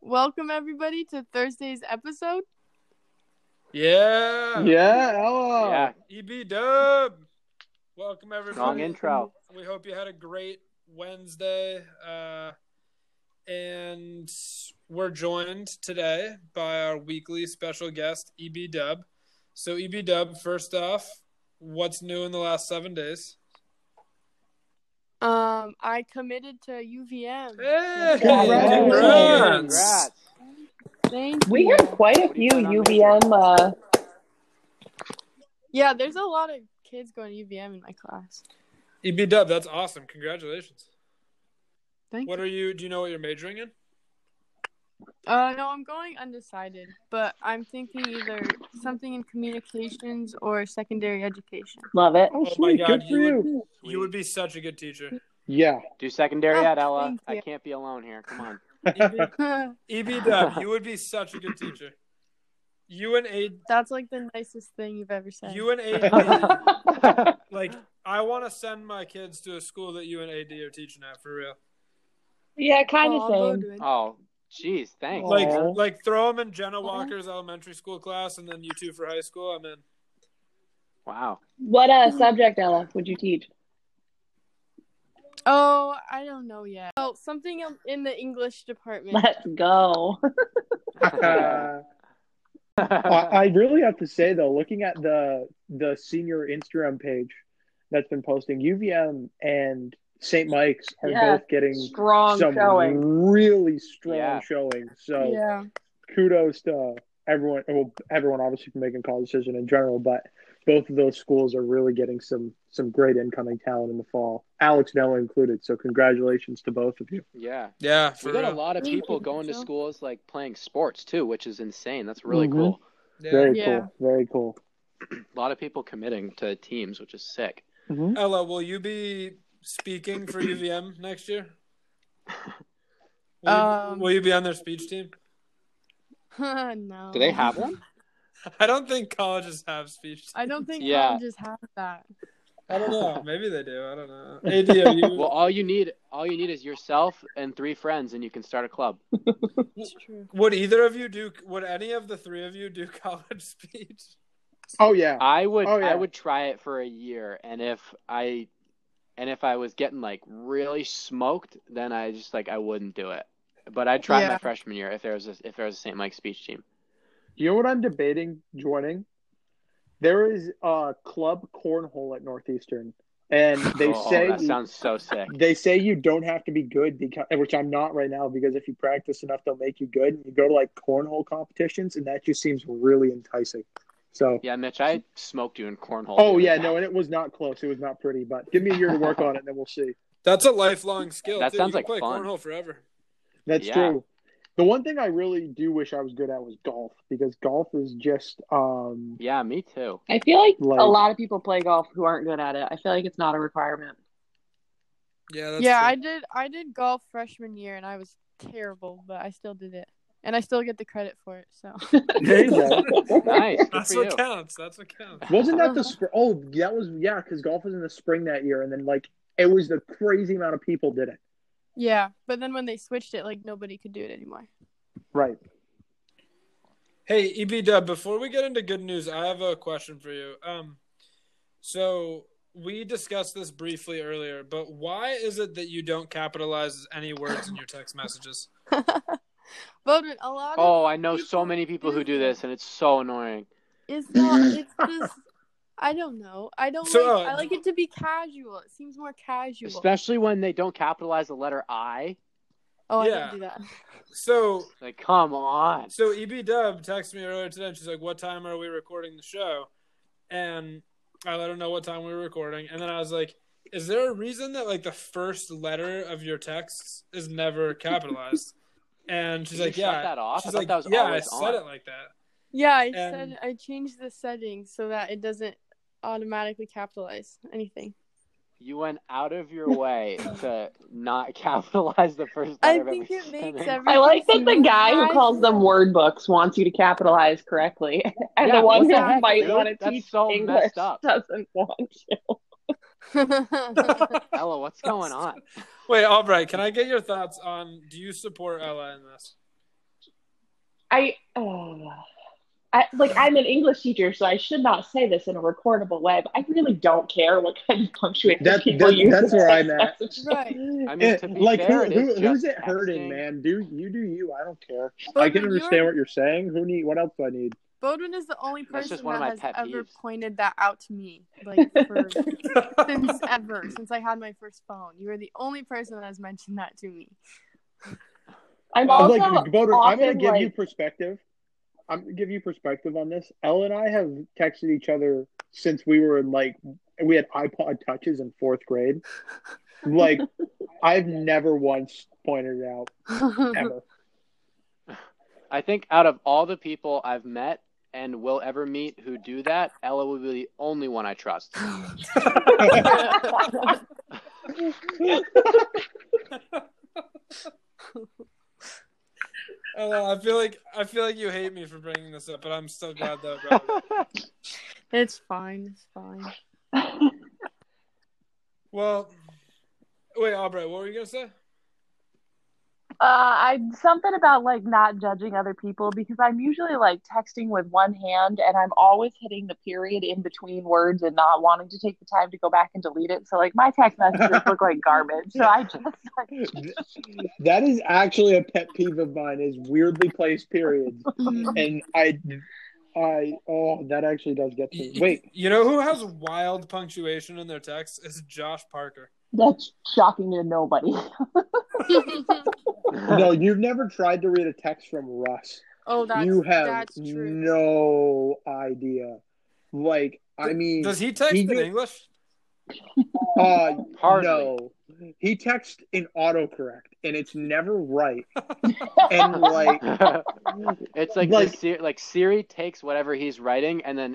Welcome everybody to Thursday's episode. Yeah. Yeah, hello. Yeah, EB Dub. Welcome everybody. long intro. We hope you had a great Wednesday. Uh, and we're joined today by our weekly special guest, EB Dub. So, EB Dub, first off, what's new in the last seven days? Um, I committed to UVM. Hey, Congrats. congrats. Thank We you. have quite a What do you few plan on making? UVM. Uh, Yeah, there's a lot of kids going to UVM in my class. EB E Dub, that's awesome. Congratulations. Thank What are you? Do you know what you're majoring in? you. Uh, no, I'm going undecided, but I'm thinking either something in communications or secondary education. love it. Oh, my sweet. God, Good for you you. Sweet. You would be such a good teacher. Yeah. do secondary Oh, ed, Ella. thank I you. can't be alone here. Come on. EB, That's EB E Dub, you would be such a good teacher. You and A like the nicest thing you've ever said. You and AD, like I want to send my kids to a school that you and AD are teaching at for real. Yeah, kind Oh, of I'll go same. do it. Oh, jeez, thanks. Aw. Like, Aw. like throw them in Jenna Walker's elementary school class, and then you two for high school. I'm in. Wow. What uh, subject, Ella, would you teach? Oh, I don't know yet. Oh, something in- in the English department. Let's go. Uh, I, I really have to say though, looking at the the senior Instagram page that's been posting, UVM and St. Mike's are Yeah. both getting Strong some showing. really strong Yeah. showing. So Yeah. kudos to everyone. Well, everyone obviously for making college decision in general, but both of those schools are really getting some some great incoming talent in the fall. Alex and Ella included. So congratulations to both of you. yeah. Yeah, We for got a real. lot of Thank people you. going to So- schools like playing sports too, which is insane. That's really Mm-hmm. Mhm. cool. Yeah. Very Yeah. cool. Very cool. A lot of people committing to teams, which is sick. Ella, will you be speaking for UVM next year? Will you, Um, will you be on their speech team? no. Do they have one? I don't think colleges have speech. Teams. I don't think Yeah. colleges have that. I don't know. Maybe they do. I don't know. AD, are you? Well, all you need, all you need is yourself and three friends, and you can start a club. It's true. would either of you do? Would any of the three of you do college speech? Oh yeah. I would, Oh, yeah. I would try it for a year, and if I, and if I was getting like really smoked, then I just like I wouldn't do it. But I tried Yeah. my freshman year if there was a, if there was a St. Mike's speech team. You know what I'm debating joining? There is a club cornhole at Northeastern, and they Oh, say that sounds so sick. they say you don't have to be good because which I'm not right now because if you practice enough, they'll make you good. And you go to like cornhole competitions, and that just seems really enticing. So, Yeah, Mitch, I smoked you in cornhole. oh dude. yeah, no, and it was not close. It was not pretty, but give me a year to work on it, and then we'll see. That's a lifelong skill. That too. sounds you can play like fun. cornhole forever. That's Yeah. true. The one thing I really do wish I was good at was golf because golf is just um yeah, me too. I feel like, Like- a lot of people play golf who aren't good at it. I feel like it's not a requirement. Yeah, that's yeah, true. I did. I did golf freshman year, and I was terrible, but I still did it, and I still get the credit for it. So there you go. Nice. Good That's for you. what counts. That's what counts. Wasn't that the spring? Oh, that was yeah, because golf was in the spring that year, and then like it was the crazy amount of people did it. yeah, but then when they switched it, like nobody could do it anymore. Right. Hey, EB Dub, before we get into good news, I have a question for you. Um, so we discussed this briefly earlier, but why is it that you don't capitalize any words in your text messages? Bowden, a lot Oh, I know so many people who do this, and it's so annoying. of it's not. It's just. I don't know. I don't So, like. uh, I like it to be casual. It seems more casual. Especially when they don't capitalize the letter I. oh, I Yeah. don't do that. So, Like, come on. so EB Dub texted me earlier today, and she's like, "What time are we recording the show?" And I let her know what time we were recording, and then I was like, "Is there a reason that like the first letter of your texts is never capitalized?" And she's Did you like, "Yeah." Shut that off. I She's thought like, that was "Yeah, I always said on. it like that." Yeah, I And- said I changed the settings so that it doesn't automatically capitalize anything. You went out of your way to not capitalize the first I letter of think every it makes sentence. everything. I like that the seem guy who casual. calls them word books wants you to capitalize correctly, and Yeah, the one what who the heck, might dude? want to That's teach so English messed up. doesn't want you. Ella, what's going on? Wait, Albright, can I get your thoughts on do you support Ella in this? I, oh, I like I'm an English teacher, so I should not say this in a recordable way. But I really don't care what kind of punctuation That- people that- use. that's in where text I'm at. messages. Right. I mean, to It- be like fair, who, it who, is who's just it hurting, texting. man? Do you do you? I don't care. I Bodwin, can you understand are- what you're saying. Who need? What else do I need? Bodwin is the only That's just person one of that my has pet ever peeves. pointed that out to me, like for, since ever, since I had my first phone. You are the only person that has mentioned that to me. I'm Well, also like, Bodo, I'm going often, to give you like- perspective. I'm going to give you perspective on this. Elle and I have texted each other since we were in like we had iPod touches in fourth grade. Like, I've never once pointed it out ever. I think out of all the people I've met and will ever meet who do that, Ella will be the only one I trust. Uh, I feel like I feel like you hate me for bringing this up, but I'm still glad that. I brought it up. it's fine. It's fine. well, wait, Aubrey, what were you gonna say? Uh, I something about like not judging other people because I'm usually like texting with one hand and I'm always hitting the period in between words and not wanting to take the time to go back and delete it. So like my text messages look like garbage. So I just like, that is actually a pet peeve of mine. Is weirdly placed periods, and I, I oh that actually does get to Y- me. Wait, you know who has wild punctuation in their texts? It's Josh Parker. that's shocking to nobody. no, you've never tried to read a text from Russ. oh, that's you have that's true. no idea. Like, I mean, Does he text he in do- English? uh, Hardly. no, he texts in autocorrect, and it's never right. And like, it's like Like- the Siri, like Siri takes whatever he's writing and then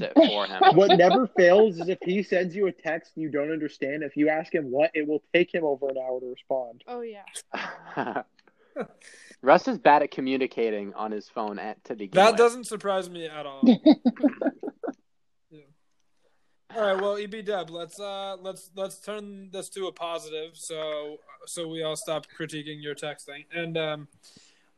it for him. what never fails is if he sends you a text you don't understand. If you ask him what, it will take him over an hour to respond. Oh yeah. Russ is bad at communicating on his phone at to begin That with. doesn't surprise me at all. Yeah. All right, well, EB Deb, let's uh, let's let's turn this to a positive, so so we all stop critiquing your texting, and um,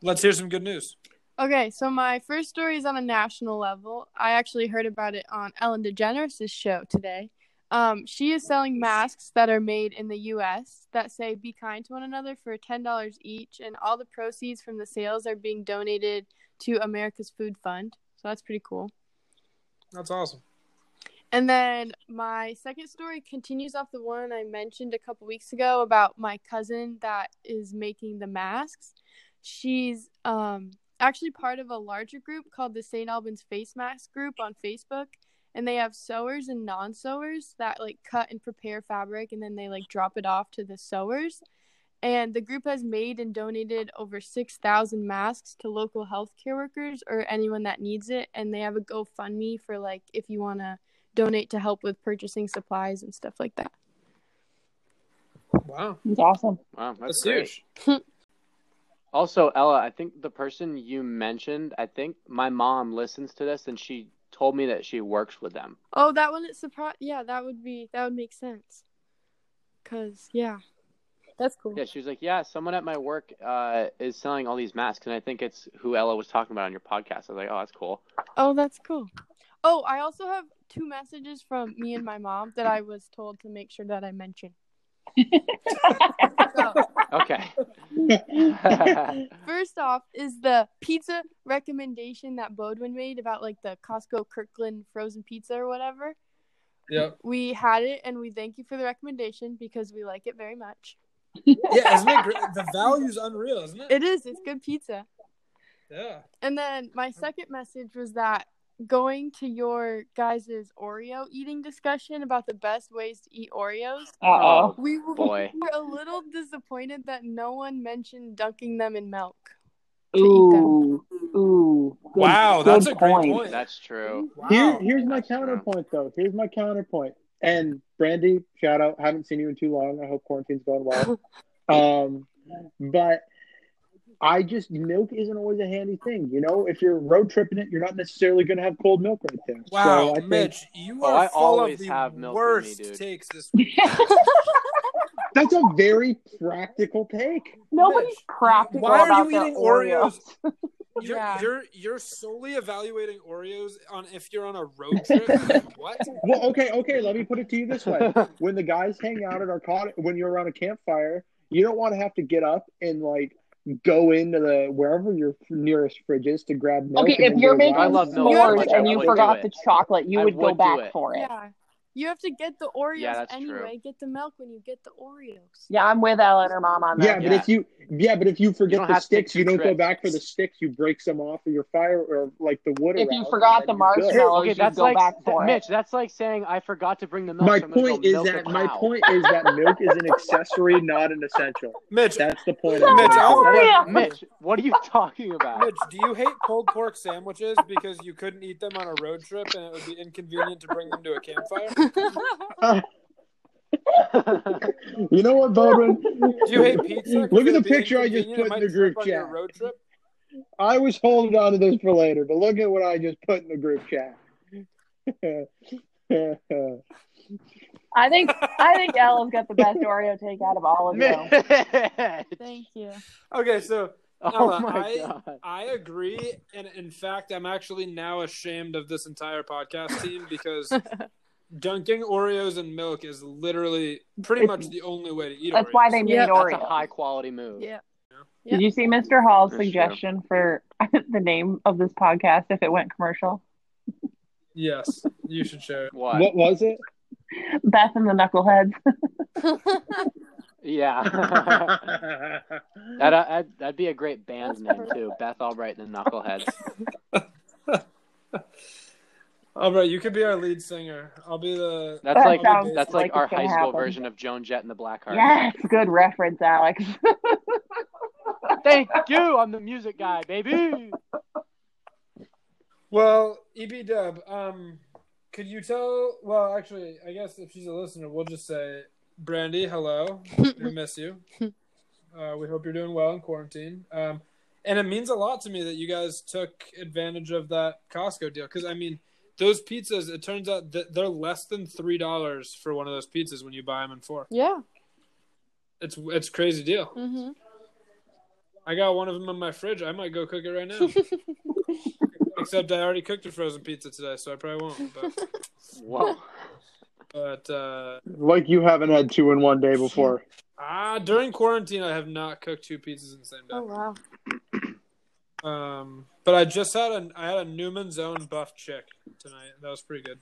let's hear some good news. Okay, so my first story is on a national level. I actually heard about it on Ellen DeGeneres' show today. Um, she is selling masks that are made in the U.S. that say "Be kind to one another" for ten dollars each, and all the proceeds from the sales are being donated to America's Food Fund. So that's pretty cool. That's awesome. And then my second story continues off the one I mentioned a couple weeks ago about my cousin that is making the masks. She's um, actually part of a larger group called the St. Albans Face Mask Group on Facebook. And they have sewers and non sewers that like cut and prepare fabric and then they like drop it off to the sewers. And the group has made and donated over 6,000 masks to local healthcare workers or anyone that needs it. And they have a GoFundMe for like if you want to donate to help with purchasing supplies and stuff like that. Wow, It's awesome. Wow, that's, that's, great. huge. Also, Ella, I think the person you mentioned, I think my mom listens to this and she told me that she works with them. Oh, that wouldn't surprise. Yeah, that would be that would make sense. Cause yeah, that's cool. Yeah, she was like, "Yeah, someone at my work uh, is selling all these masks, and I think it's who Ella was talking about on your podcast." I was like, "Oh, that's cool." Oh, that's cool. Oh, I also have two messages from me and my mom that I was told to make sure that I mention. So, Okay. first off, is the pizza recommendation that Bodwin made about like the Costco Kirkland frozen pizza or whatever. Yep. We had it, and we thank you for the recommendation because we like it very much. Yeah, isn't it great? The value's unreal, isn't it? It is. It's good pizza. yeah. And then my second message was that going to your guys' Oreo eating discussion about the best ways to eat Oreos, Uh-oh. we were Oh, Boy. a little disappointed that no one mentioned dunking them in milk. To eat them. Ooh, ooh. Good- Oh, Wow, good that's a great point. That's true. Wow. Here, here's my That's true. counterpoint, though. Here's my counterpoint. And Brandy, shout out. Haven't seen you in too long. I hope quarantine's going well. um, but I just milk isn't always a handy thing. You know, if you're road tripping it, you're not necessarily going to have cold milk right there. Wow, So I think Mitch, you Oh, are I full of always the have milk in me, worst dude. takes this week. that's a very practical take. Nobody's Mitch, practical why are about you their eating Oreos? Oreos. You're Yeah. you're you're solely evaluating Oreos on if you're on a road trip. what? Well, okay, okay. Let me put it to you this way: when the guys hang out at our cottage, when you're around a campfire, you don't want to have to get up and like go into the wherever your nearest fridge is to grab milk. Okay, and if then you're go making around. I love milk so s'mores much, I and you would forgot do the it. chocolate, you I would, go would do back it. for it. Yeah. Yeah. You have to get the Oreos Yeah, that's true. anyway. Get the milk when you get the Oreos. I'm with Ella and her mom on Yeah, that. but Yeah. if you yeah, but if you forget don't the have to take sticks, two you don't go trips. back for the sticks. You break some off of your fire or like the wood. If you around, and forgot the then you're good. marshmallows, Okay, you'd that's go like back for it. Mitch. That's like saying I forgot to bring the milk. My so I'm gonna point go is milk a that my cow." point is that milk is an accessory, not an essential. Mitch, That's the point. I'm Mitch, making. I have a question. Oreo. Mitch, what are you talking about? Mitch, do you hate pulled pork sandwiches because you couldn't eat them on a road trip and it would be inconvenient to bring them to a campfire? You know what, Baldwin? Do you hate pizza? 'cause Look it at the would be picture I just inconvenient, it put in might the trip group on your chat. road trip? I was holding on to this for later, but look at what I just put in the group chat. I think I think Ella's got the best Oreo take out of all of them. Thank you. Okay, so oh Ella, my I- god. I agree, and in fact, I'm actually now ashamed of this entire podcast team because dunking Oreos in milk is literally pretty much the only way to eat That's Oreos. why they made Yeah. That's Oreo. a high quality move. Yeah. Did you see Mr. Hall's That's true. suggestion for the name of this podcast if it went commercial? Yes, you should share it. What? what was it? Beth and the Knuckleheads. Yeah. that, that that'd be a great band name too. Beth Albright and the Knuckleheads. All right, Oh, you could be our lead singer. I'll be the. That's That like sounds that's like, like it's our gonna high school happen. version of Joan Jett and the Blackhearts. Yes, good reference, Alex. Thank you. I'm the music guy, baby. Well, EB Dub, um, could you tell? Well, actually, I guess if she's a listener, we'll just say, Brandy, hello. we miss you. Uh, we hope you're doing well in quarantine. Um, and it means a lot to me that you guys took advantage of that Costco deal because I mean, those pizzas. It turns out that they're less than three dollars for one of those pizzas when you buy them in four. Yeah. It's it's a crazy deal. Mm-hmm. I got one of them in my fridge. I might go cook it right now. Except I already cooked a frozen pizza today, so I probably won't. But Whoa. but uh, Like you haven't had two in one day before. ah, during quarantine, I have not cooked two pizzas in the same day. Oh wow. Um, but I just had a I had a Newman's Own buff chick tonight. That was pretty good.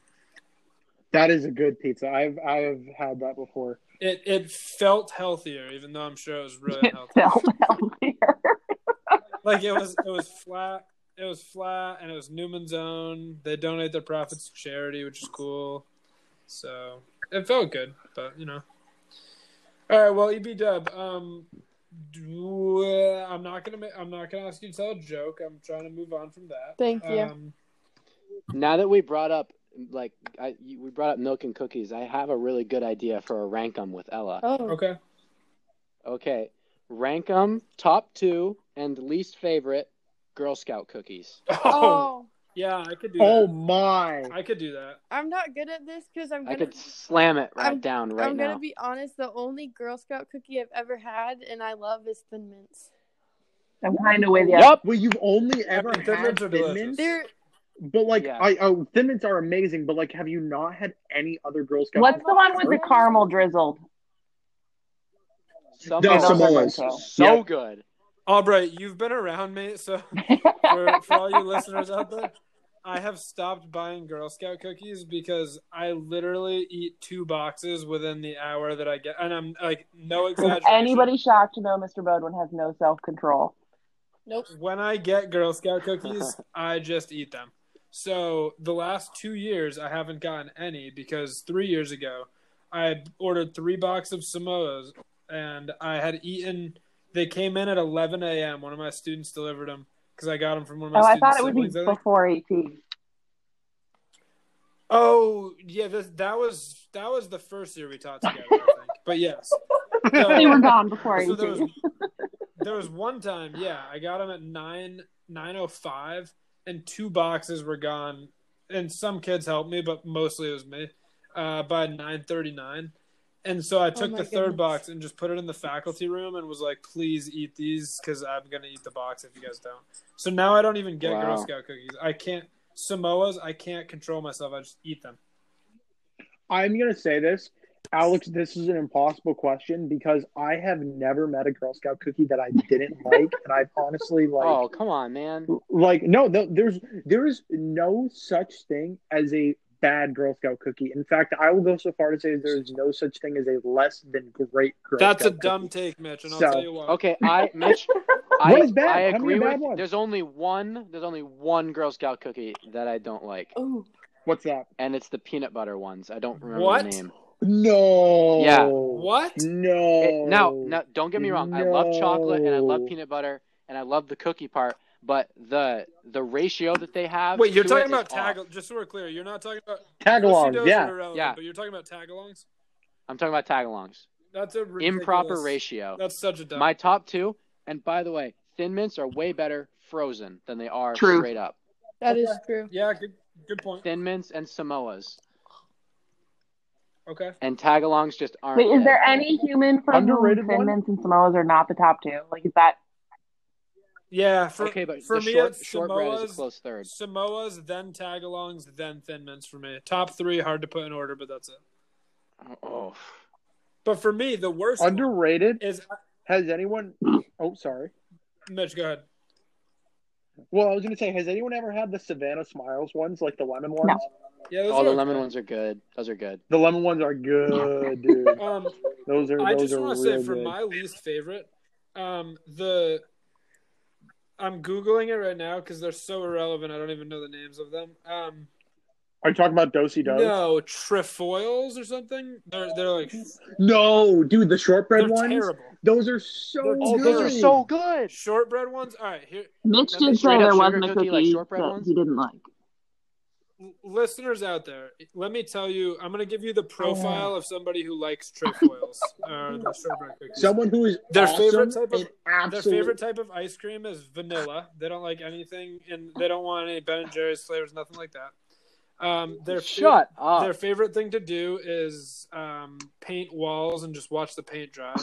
That is a good pizza. I've I have had that before. It it felt healthier, even though I'm sure it was really it unhealthy. felt healthier. like it was it was flat. It was flat, and it was Newman's Own. They donate their profits to charity, which is cool. So it felt good, but you know. All right, well, EB Dub, um, do, uh, I'm not gonna ma- I'm not gonna ask you to tell a joke. I'm trying to move on from that. Thank you. Um, Now that we brought up like I, you- we brought up milk and cookies, I have a really good idea for a rank 'em with Ella. Oh. okay. Okay, rank 'em top two and least favorite Girl Scout cookies. Oh, yeah, I could do. Oh that. my! I could do that. I'm not good at this because I'm I gonna. could slam it right I'm- down right I'm now. gonna be honest. The only Girl Scout cookie I've ever had and I love is Thin Mints. I'm kind of with you. Yup. Well, you've only ever mean, Thin had Mints are Thin delicious. Mints, They're but like Yeah. I oh, Thin Mints are amazing. But like, have you not had any other Girl Scout? What's the one with the caramel drizzled? Some The of them are Samoas. So Yeah. good. Albright, you've been around me, so for, for all you listeners out there, I have stopped buying Girl Scout cookies because I literally eat two boxes within the hour that I get, and I'm like, no Is exaggeration. anybody shocked to know Mr. Bodwin has no self control? nope. When I get Girl Scout cookies, I just eat them. So the last two years, I haven't gotten any because three years ago, I ordered three boxes of Samoas, and I had eaten. They came in at 11 a.m. One of my students delivered them because I got them from one of my Oh, I students. thought it would be siblings, I think. before E 18. Oh yeah, this, that was that was the first year we taught together. I think. But yes, They were so, gone before E so there was 18. there was one time, yeah, I got them at nine nine oh five, and two boxes were gone. And some kids helped me, but mostly it was me. Uh, by nine thirty nine, And so I took my the third goodness. box and just put it in the faculty room and was like, please eat these because I'm going to eat the box if you guys don't. So now I don't even get Girl Wow. Scout cookies. I can't, Samoas, I can't control myself. I just eat them. I'm gonna say this, Alex. This is an impossible question because I have never met a Girl Scout cookie that I didn't like, and I've honestly like. oh, come on, man. like no th- there's there is no such thing as a bad girl scout cookie in fact i will go so far to say there is no such thing as a less than great girl That's a Scout dumb cookie. take, Mitch, and I'll So, tell you why. Okay, I Mitch, I, What is bad? I Tell me agree a bad with. one. There's only one. There's only one Girl Scout cookie that I don't like, Oh, what's that and it's the peanut butter ones. I don't remember What? the name. no Yeah. What? no It- now, now, don't get me wrong. I love chocolate and I Oh, love No. peanut butter and I love the cookie part, but the the ratio that they have. Wait, you're to talking it is about tag. off. Just so we're clear, you're not talking about tagalongs yeah Yeah. But you're talking about tagalongs. I'm talking about tagalongs. That's a ridiculous, Improper ratio. That's such a dumb. My top two, and by the way, thin mints are way better frozen than they are True. straight up. that is true. yeah, good, good point. Thin mints and Samoas Okay. and tagalongs just aren't. Wait, is it. there any human from whom Underrated Thin one? Mints and Samoas are not the top two? Like, is that Yeah. For, Okay, but for the me, short, it's shortbread is a Samoas, close third. Samoas, then tagalongs, then thin mints for me. Top three, hard to put in order, but that's it. Oh, But for me, the worst one underrated is has anyone oh sorry Mitch. Go ahead. well i was gonna say has anyone ever had the savannah smiles ones like the lemon ones Yeah, those all are the lemon okay. ones are good. Those are good. the lemon ones are good dude Um, those are I those just are want to real say for good. my least favorite, um, the I'm googling it right now because they're so irrelevant. I don't even know the names of them. Um, are you talking about dosey does no, trefoils or something. They're they're like No, dude, the shortbread they're ones. terrible. Those are so. They're Oh, good. those are so good. Shortbread ones. All right, here Mitch Then they did say straight there up wasn't a sugar cookie, cookie like shortbread that ones? he didn't like. l- listeners out there, let me tell you. I'm gonna give you Oh, the profile of somebody who likes trefoils or the shortbread cookies. Someone who is Their awesome favorite type of- and Their absolute. favorite type of ice cream is vanilla. They don't like anything, and they don't want any Ben and Jerry's flavors, nothing like that. Um, their fa- Shut up. Their favorite thing to do is um, paint walls and just watch the paint dry.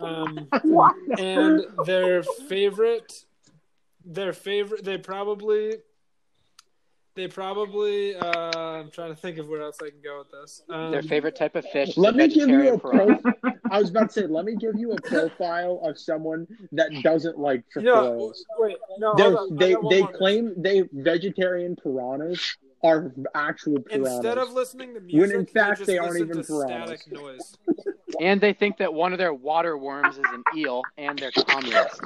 Um, What? and their favorite, their favorite, they probably, they probably. Uh, I'm trying to think of where else I can go with this. Um, Their favorite type of fish. Let me give you a pro. pro. I was about to say, let me give you a profile of someone that doesn't like You know, trefoils. wait, no, Oh, hold They're- on, I they got one they more. claim they vegetarian piranhas are actual piranhas. Instead of listening to in music, fact, they, just they aren't listen even to piranhas. static noise. And they think that one of their water worms is an eel, and they're communist.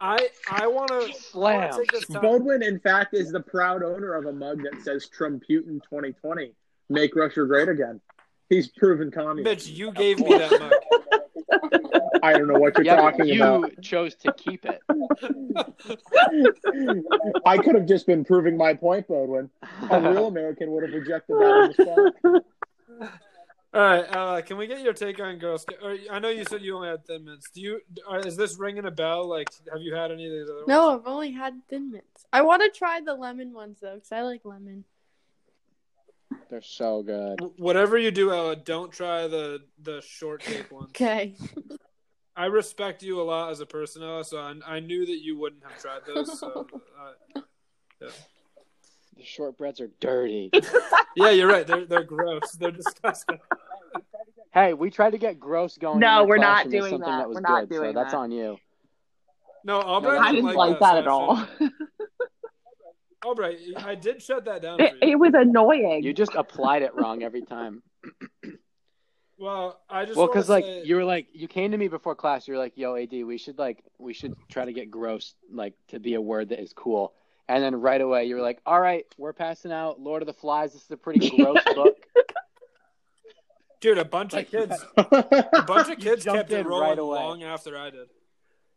I I want to Slam. take this time. Bodwin, in fact, is the proud owner of a mug that says Trump Putin 2020, make Russia great again. He's proven communist. Mitch, you gave me that mug. I don't know what you're yeah, but talking you about. chose to keep it. I could have just been proving my point, Bodwin. A real American would have rejected that on the spot. All right, uh, can we get your take on Girl Scout? Or, I know you said you only had thin mints. Do you? Are, is this ringing a bell? Like, have you had any of these other No, ones? I've only had Thin Mints. I want to try the lemon ones though, because I like lemon. They're so good. No. Whatever you do, Ella, don't try the the short tape ones. Okay. I respect you a lot as a person, Ella, so I, I knew that you wouldn't have tried those. So, uh, The shortbreads are dirty. yeah, you're right. They're they're gross. They're disgusting. hey, we tried to get gross going. No, and you we're not cautioned us doing something that. that. was We're not good, doing so that's that. on you. No, Albright. I I didn't didn't like, like that that so at I shut all. it- Albright, I did shut that down. It, for you. it was annoying. You just applied it wrong every time. Well, I just well, want because to like say, you were like you came to me before class. You're like, "Yo, Ad, we should like we should try to get gross like to be a word that is cool." And then right away you were like, "All right, we're passing out Lord of the Flies. This is a pretty gross book." dude, a bunch of Like, kids, a bunch of kids jumped kept it in rolling right away. long after I did.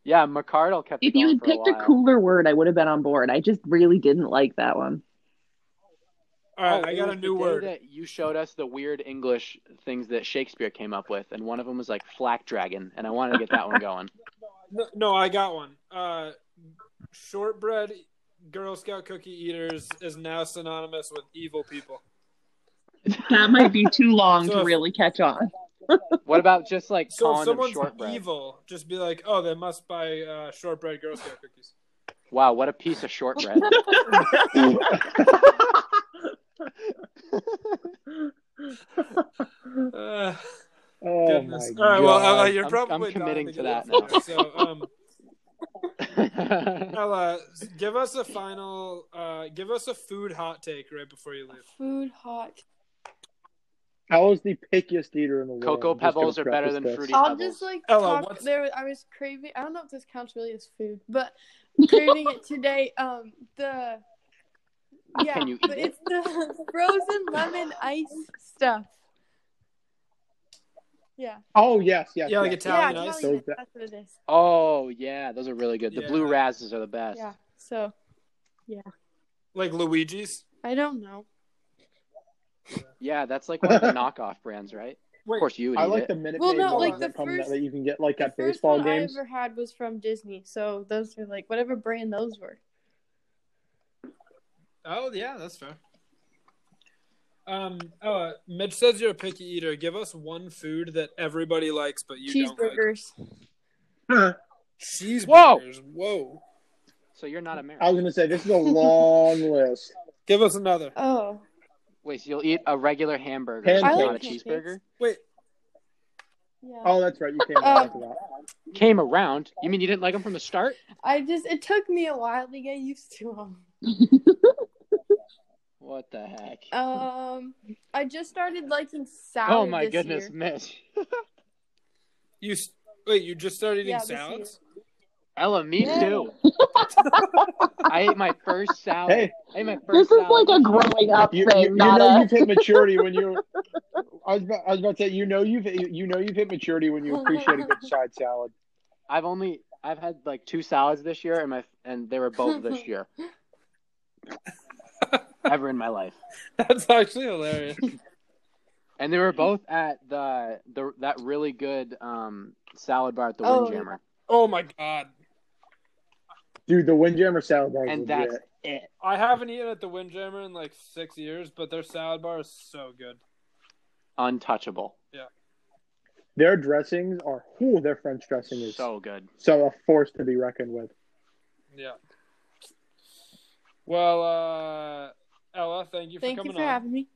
Yeah, McCardle kept. it if you going had for picked a, a while. cooler word, I would have been on board. I just really didn't like that one. All right, Oh, I it got a was the new day word. That you showed us the weird English things that Shakespeare came up with, and one of them was like flack dragon, and I wanted to get that one going. No, no, I got one. Uh, shortbread Girl Scout cookie eaters is now synonymous with evil people. That might be too long So to if- really catch on. What about just like So if calling them someone's shortbread? evil, just be like, oh, they must buy uh, shortbread Girl Scout cookies. Wow, what a piece of shortbread. Uh, Oh goodness. my All right, well, God. Ella, you're I'm- probably I'm committing dying to that get this one, So, um, Ella, give us a final, uh, give us a food hot take right before you leave. Food hot. How is the pickiest eater in the world? Cocoa Just gonna Pebbles are preface better than this. Fruity I'll Pebbles. just like Ella, talk. what's- There, I was craving. I don't know if this counts really as food, but craving it today. Um, the yeah, you eat but it? it's the frozen lemon ice stuff. Yeah, Oh yes, yes. Yeah, like yes. Italian yeah, ice? Italian So that- That's what it is. Oh yeah, those are really good. The Yeah. blue razzes are the best. Yeah. So Like Luigi's? I don't know. Yeah, that's like one of the knockoff brands, right? Wait, Of course, you would I eat like it. the Minute Well, Maid no, ones like the that come first- that you can get like The at first baseball one games. I ever had was from Disney, so those are like whatever brand those were. Oh yeah, that's fair. Um, Ella, Mitch says you're a picky eater. Give us one food that everybody likes but you don't like. Cheeseburgers. Cheeseburgers. Whoa. So you're not I American. was gonna say this is a long list. Give us another. Oh, Wait, so you'll eat a regular hamburger, Pancakes. I like not a pancakes. cheeseburger? Wait, yeah. Oh, that's right. You came Um, back to that. Came around. You mean you didn't like them from the start? I just it took me a while to get used to them. What the heck? Um, I just started liking salad. oh my this goodness, year. Mitch. you s- wait, you just started eating Yeah, this salads? Ella, me Yeah. too. I ate my first salad. Hey, I ate my first This is salad. like a growing up you, you, thing, you not know a- you've hit maturity when you. I was, about, I was about to say you know you've you know you've hit maturity when you appreciate a good side salad. I've only I've had like two salads this year, and my and they were both this year. Ever in my life, That's actually hilarious. and they were both at the the that really good um salad bar at the Oh, Windjammer, oh my god. Dude, the Windjammer salad bar is and legit. that's it. I haven't eaten at the Windjammer in like six years, but their salad bar is so good. untouchable. their dressings are whew, their French dressing is so, So good. a force to be reckoned with. Yeah. Well, uh Ella, thank you for Thank you coming for on. having me.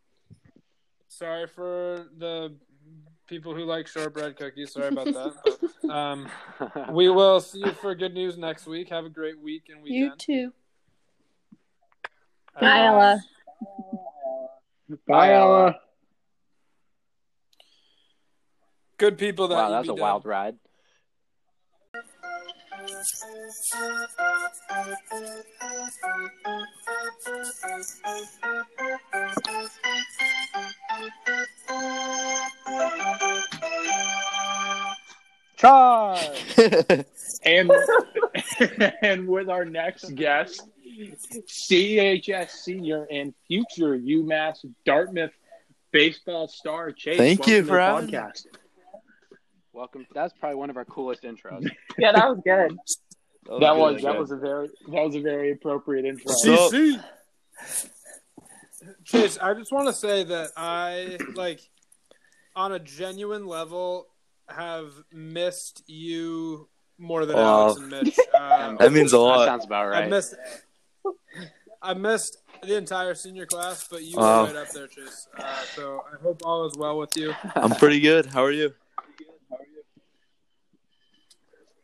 Sorry for the people who like shortbread cookies. Sorry about that. um, we will see you for good news next week. Have a great week and You weekend. too. All right. Bye, Ella. Bye, Ella. Good people that wow, you that was be a done. wild ride. Charge. and and with our next guest, CHS senior and future UMass Dartmouth baseball star Chase. Thank Welcome you to for the having me. podcast. Welcome. That's probably one of our coolest intros. Yeah, that was good. That was that was a very that was a very appropriate intro. So- What's CC. Chase, I just want to say that I like on a genuine level have missed you more than Aw. Alex and Mitch. Uh, That means a lot. sounds about I right. missed. I missed the entire senior class, but you Wow. were right up there, Chase. Uh, so I hope all is well with you. I'm pretty good. How are you?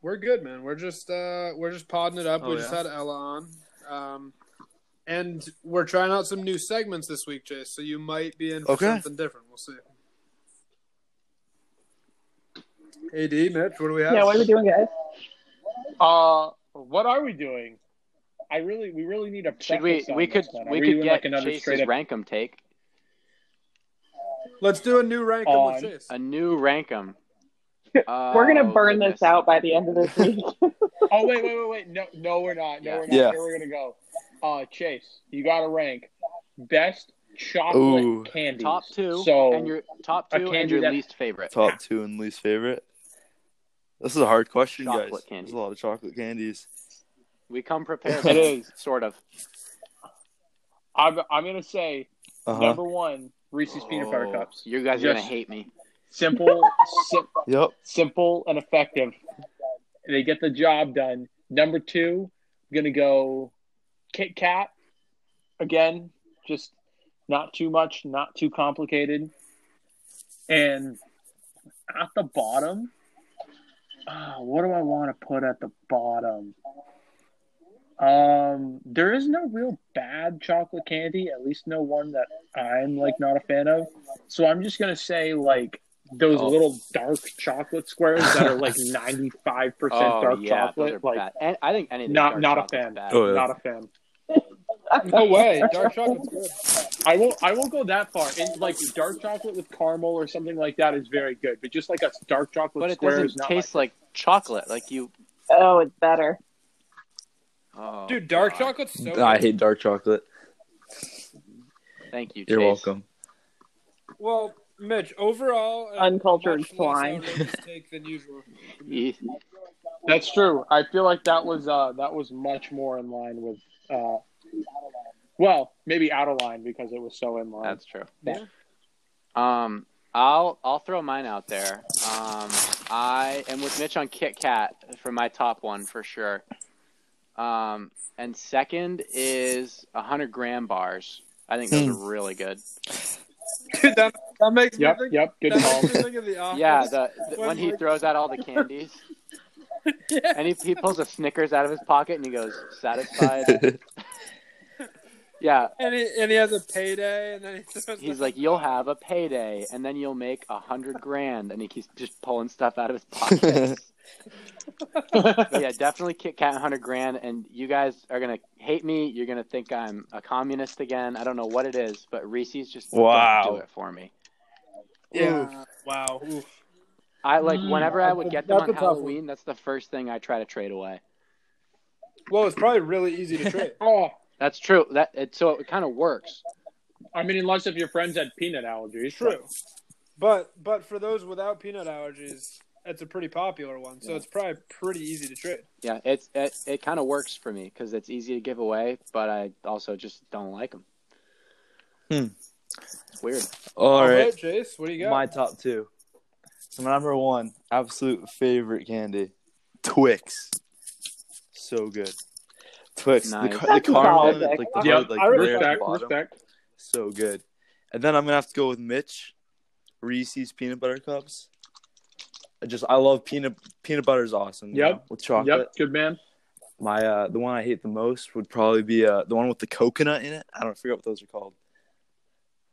We're good, man. We're just uh, we're just podding it up. Oh, we just yeah? had Ella on, um, and we're trying out some new segments this week, Chase. So you might be in for Okay. something different. We'll see. Ad, Mitch, what do we have? Yeah, what are we doing, guys? Uh, what are we doing? I really, we really need a. Should we? preface on We this could. one. Are We doing could get like another Chase's straight up- Rankum take. Let's do a new rank On with Chase. A new Rankum. We're gonna Oh, burn goodness. this out by the end of this week. Oh wait, wait, wait, wait! No, no, we're not. No, Yeah. we're not. Yeah. Here we're gonna go. Uh, Chase, you got to rank best chocolate Ooh. candies. Top two So and your top I two can't and do your that. least favorite. Top two and least favorite. This is a hard question, Chocolate guys. candy. There's a lot of chocolate candies. We come prepared. It is sort of. I'm, I'm gonna say Uh huh. Uh-huh. number one, Reese's peanut Oh. butter cups. You guys are Yes. gonna hate me. Simple, sim- Yep. simple, and effective. They get the job done. Number two, I'm gonna go Kit Kat. Again, just not too much, not too complicated. And at the bottom, ah, what do I want to put at the bottom? Um, there is no real bad chocolate candy, at least no one that I'm like not a fan of. So I'm just gonna say like those Oh. little dark chocolate squares that are like 95% dark Oh, those are chocolate. Like, bad. And I think anything not- dark not a chocolate's fan. bad. Oh, yeah. not a fan. Oh, No way. Dark chocolate's good. I won't. I won't go that far. And like dark chocolate with caramel or something like that is very good. But just like a dark chocolate But it square doesn't is not. taste like chocolate. Like you, Oh, it's better. oh, Dude, dark God. chocolate's so I good. hate dark chocolate. Thank you. You're Chase. welcome. Well, Mitch, overall, uh, Uncultured much less swine. outrageous take than usual. You- my- That's true. I feel like that was uh that was much more in line with uh, well maybe out of line because it was so in line. That's true. Yeah. Um, I'll I'll throw mine out there. Um, I am with Mitch on Kit Kat for my top one for sure. Um, and second is hundred gram bars. I think those are really good. Dude, that, that makes yep. me think. Yep. Good that call. makes me think of the office. Yeah, the, the- When when he Mike- throws out all the candies, Yeah. and he, he pulls a Snickers out of his pocket, and he goes satisfied. yeah, And he, and he has a payday, and then he throws he's the- like, you'll have a payday, and then you'll make a hundred grand, and he keeps just pulling stuff out of his pockets. But yeah, definitely Kit Kat hundred grand, and you guys are gonna hate me. You're gonna think I'm a communist again. I don't know what it is, but Reese's just don't Wow. do it for me. Yeah. Wow. Oof. I like Mm, whenever I would that's- get them that's on a tough one. Halloween. That's the first thing I try to trade away. Well, it's probably really easy to trade. Oh, That's true. That it, so it kind of works. I mean, unless if your friends had peanut allergies. but- True. But but for those without peanut allergies, it's a pretty popular one, so it's probably pretty easy to trade. Yeah, it's it, it kind of works for me because it's easy to give away, but I also just don't like them. Hmm. It's weird. All right. Chase, what do you got? My top two. So my number one, absolute favorite candy, Twix. So good. Twix. The, Nice. ca- the That's caramel, solid. in it, like the Yep, hard, like I right at the respect. bottom. Respect. So good. And then I'm gonna have to go with Mitch, Reese's peanut butter cups. I just I love peanut peanut butter is awesome. you Yep. know, with chocolate. Yep. Good man. My uh, the one I hate the most would probably be uh, the one with the coconut in it. I don't I forget what those are called.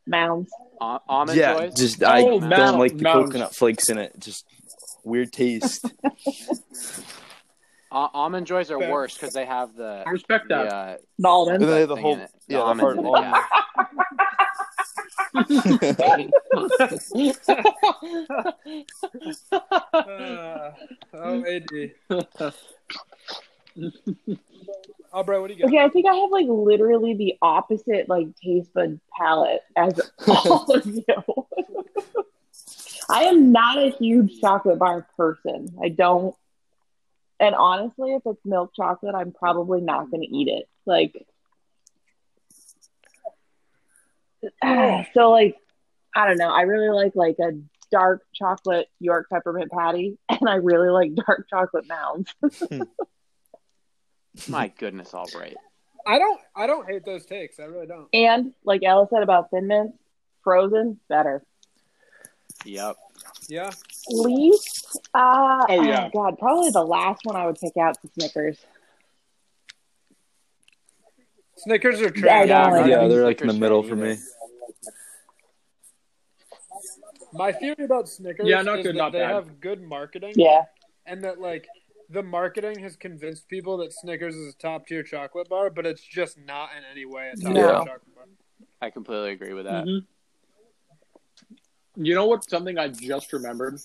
Mounds. Al- almond yeah, joys. just I Oh, don't Mount- like the Mount. coconut flakes in it. Just weird taste. Al- almond joys are Fair. worse because they have the, I respect the that. uh, And Dalton. then they have the thing whole in it. The yeah, the almonds hard in it, almond. Uh, oh, AD. oh, bro, what do you got? Okay, I think I have like literally the opposite like taste bud palette as all of you. I am not a huge chocolate bar person. I don't, and honestly, if it's milk chocolate, I'm probably not going to eat it. Like, so like, I don't know. I really like like a dark chocolate York peppermint patty, and I really like dark chocolate mounds. uh, My goodness, Albright. I don't I don't hate those takes. I really don't. And like Ella said about Thin Mints, frozen better. Yep. Yeah. least uh Oh, yeah. oh, god probably the last one i would pick out is snickers Snickers are I trash. don't like yeah, them. they're like in the Snickers middle for fan me. either. My theory about Snickers Yeah, not is good, that not they bad. have good marketing. yeah and that like the marketing has convinced people that Snickers is a top tier chocolate bar, but it's just not in any way a top tier No. chocolate bar. I completely agree with that. Mhm. You know what? Something I just remembered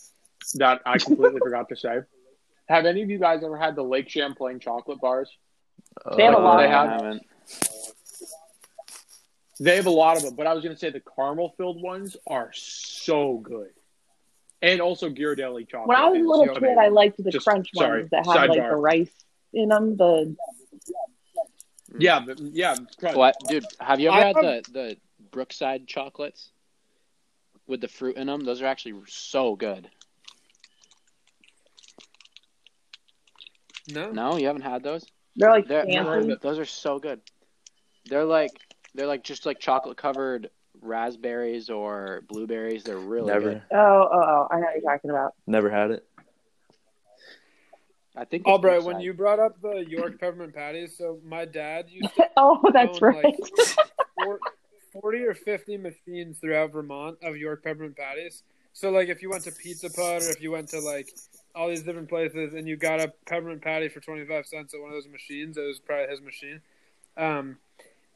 that I completely forgot to say. Have any of you guys ever had the Lake Champlain chocolate bars? They have a Uh, lot I of them. haven't. They have a lot of them, but I was going to say the caramel filled ones are so good. And also Ghirardelli chocolate. when i was a is little amazing. kid i liked the Just- crunch sorry, ones that had like sidebar. the rice in them the Yeah, but, yeah. crunch. What, dude? Have you ever I had have- the the Brookside chocolates? with the fruit in them. Those are actually so good. No. No, you haven't had those. They're like They're, fancy. Right. those are so good. They're like they're like just like chocolate covered raspberries or blueberries. They're really never, good. Oh, oh, oh! I know what you're talking about. never had it. I think it's Albright, when Brookside. you brought up the York peppermint patties, so my dad used to Oh, that's own, right. like, four- 40 or 50 machines throughout Vermont of York peppermint patties. So, like, if you went to Pizza Put or if you went to, like, all these different places and you got a peppermint patty for 25 cents at one of those machines, it was probably his machine. Um,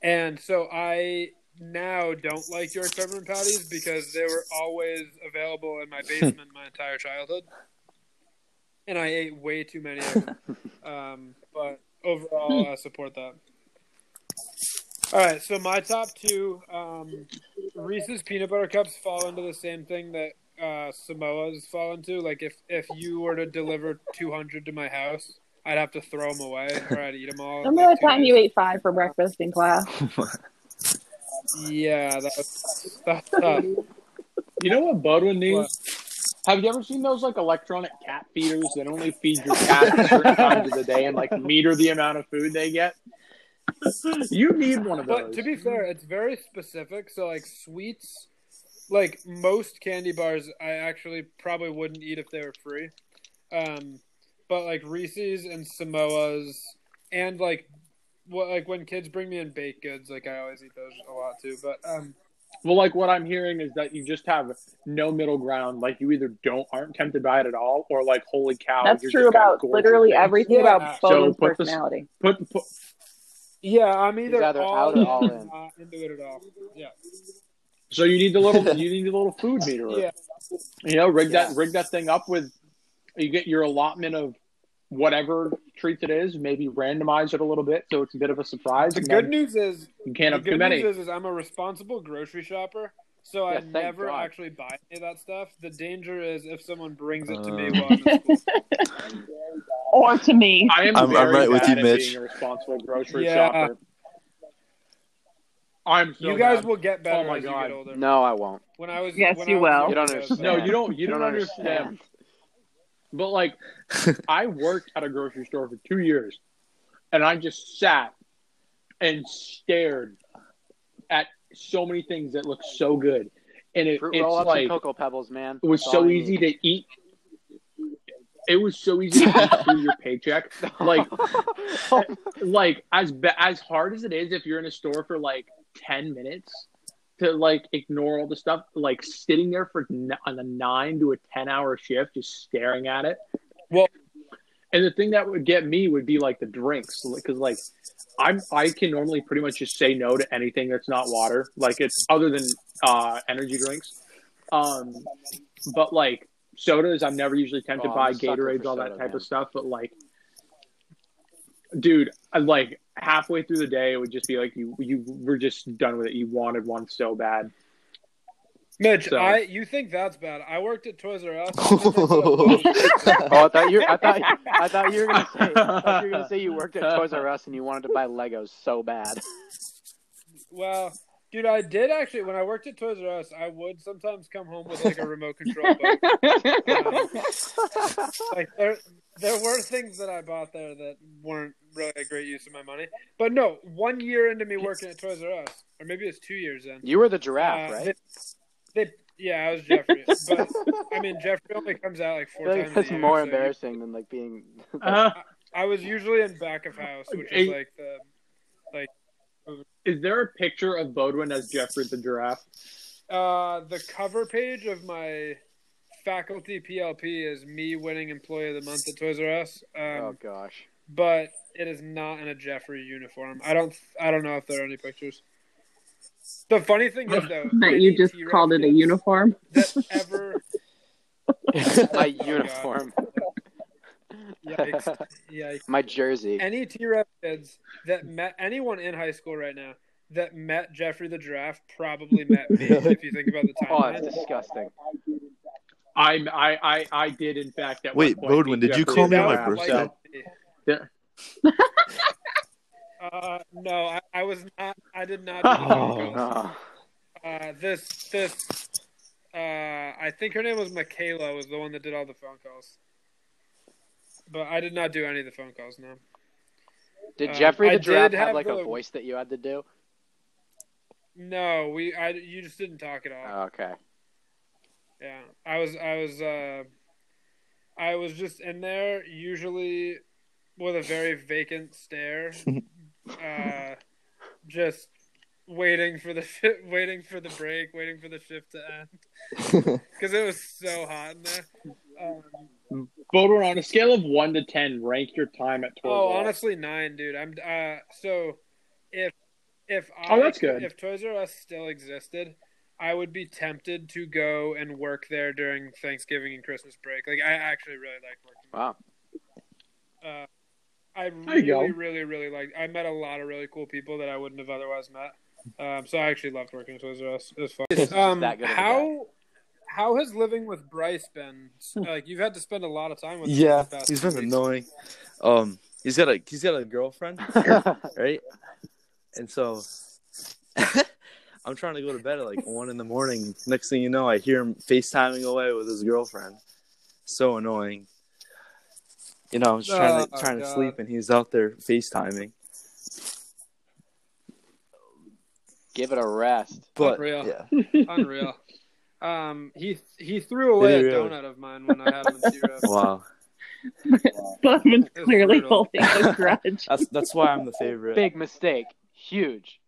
and so I now don't like York peppermint patties because they were always available in my basement my entire childhood. And I ate way too many of them. Um, but overall, I support that. All right, so my top two um, Reese's peanut butter cups fall into the same thing that uh, Samoa's fall into. Like if if you were to deliver two hundred to my house, I'd have to throw them away or I'd eat them all. in, Remember like, that two time days. you ate five for breakfast in class? Yeah, that's that's tough. You know what Budwin needs? What? Have you ever seen those like electronic cat feeders that only feed your cat at certain times of the day and like meter the amount of food they get? You need one of those. But to be fair, it's very specific. So like sweets, like most candy bars, I actually probably wouldn't eat if they were free. Um, but like Reese's and Samoa's, and like what like when kids bring me in baked goods, like I always eat those a lot too. But um, Well, like what I'm hearing is that you just have no middle ground. Like you either don't aren't tempted by it at all, or like holy cow, That's you're true just gotta about gorge literally yourself. everything Yeah. about So Bowen's put this- personality. Put, put yeah, I'm either, either all out or in, all in. not into it at all. Yeah, so you need the little you need the little food meter. yeah, You know, rig Yeah. that rig that thing up with you get your allotment of whatever treats it is. Maybe randomize it a little bit so it's a bit of a surprise. The and good then news is you can't the have too good many. news is, is I'm a responsible grocery shopper, so Yeah, I thank never God. actually buy any of that stuff. The danger is if someone brings it to me Um. while I'm at school. or to me. I am I'm- I'm very right with bad you, at Mitch. Being a responsible grocery Yeah. shopper. I'm so you guys bad. will get better Oh my as you God. get older. No, I won't. When I was Yes, when you I was will. younger, You don't though, understand. No, you don't. You Don't don't understand. But like, I worked at a grocery store for two years, and I just sat and stared at so many things that look so good, and it, Fruit roll it's ups like and cocoa pebbles, man. it was That's so all I easy need. to eat. It was so easy to eat through your paycheck. Like, Oh, like as ba- as hard as it is, if you're in a store for like ten minutes to like ignore all the stuff, like sitting there for n- on a nine to a ten hour shift, just staring at it. Well- and the thing that would get me would be like the drinks, because like I'm I can normally pretty much just say no to anything that's not water, like it's other than uh, energy drinks. Um, but like sodas, I'm never usually tempted Oh, I'm by a sucker Gatorades, for all soda, that type man. of stuff. But like, dude, I, like halfway through the day, it would just be like you you were just done with it. You wanted one so bad. Mitch, So- I you think that's bad? I worked at Toys R Us. Oh, I thought you. I thought. I thought you were gonna say. I thought you were gonna say you worked at Toys R Us and you wanted to buy Legos so bad. well, dude, I did actually. When I worked at Toys R Us, I would sometimes come home with like a remote control boat. Um, like there, there were things that I bought there that weren't really a great use of my money. But no, one year into me working at Toys R Us, or maybe it's two years in. You were the giraffe, uh, right? They, they, yeah, I was Jeffrey. but I mean, Jeffrey only comes out like I four feel like times. that's a year, so more you- embarrassing than like being. Uh-huh. Uh, I was usually in back of house, which is Hey. like the is there a picture of Bodwin as Jeffrey the giraffe? uh, the cover page of my faculty PLP is me winning Employee of the Month at Toys R Us. Um, Oh gosh. But it is not in a Jeffrey uniform. I don't. I don't know if there are any pictures. The funny thing is though That any you just T-Rex called it a kids uniform. That ever. My God. uniform. Yikes! Yikes! My jersey. any T Rex kids that met anyone in high school right now that met Jeffrey the Giraffe probably met me if you think about the Oh, that's timeline. disgusting. I'm I I I did in fact at Wait, one point Bodwin, be did you Jeffrey call the me on my giraffe, birthday? so- Uh, no, I, I was not. I did not. do the Oh, phone calls. no. Uh, this this Uh, I think her name was Michaela. Was the one that did all the phone calls. But I did not do any of the phone calls. No. Did Um, Jeffrey I the Giraffe did have, have like a a- voice that you had to do? No, we. I. You just didn't talk at all. Oh, okay. Yeah, I was, I was, uh, I was just in there usually with a very vacant stare, uh, just waiting for the shi- waiting for the break, waiting for the shift to end because it was so hot in there. Um, Bober, on a scale of one to ten, rank your time at Toys oh, R Us. honestly, nine, dude. I'm uh, so if if I, Oh, that's good. If Toys R Us still existed. I would be tempted to go and work there during Thanksgiving and Christmas break. Like I actually really like working. there. Wow. Uh, I you go. really, really, really liked. I met a lot of really cool people that I wouldn't have otherwise met. Um, so I actually loved working at Toys R Us. It was fun. Um, That good of a how how has living with Bryce been? Like you've had to spend a lot of time with. him yeah, the past he's few been weeks. annoying. Um, he's got a he's got a girlfriend, right? And so, I'm trying to go to bed at like one in the morning. Next thing you know, I hear him FaceTiming away with his girlfriend. So annoying. You know, I was trying to Oh, trying to God. sleep, and he's out there FaceTiming. Give it a rest. But Unreal. yeah, Unreal. Um, he he threw away Did he a really? donut of mine when I had him in zero. wow, Bowman's It's clearly brutal. holding a grudge. that's that's why I'm the favorite. Big mistake. Huge.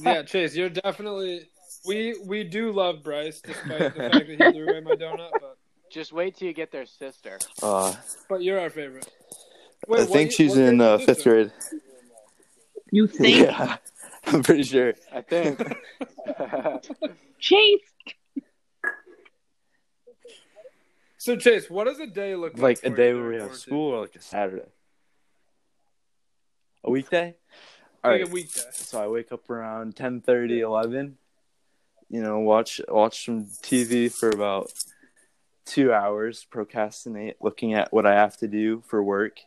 yeah, Chase, you're definitely. We we do love Bryce, despite the fact that he threw away my donut. But Just wait till you get their sister. Uh, but you're our favorite. I what think ye- she's what grade in is uh, your fifth sister? grade. You think, Yeah, I'm pretty sure. I think. Chase? So Chase, what does a day look like? Like for a you day during where we have quarantine? school, or like a Saturday, a weekday. All Like right. a weekday. so I wake up around 10, 11. You know, watch watch some TV for about two hours, procrastinate, looking at what I have to do for work.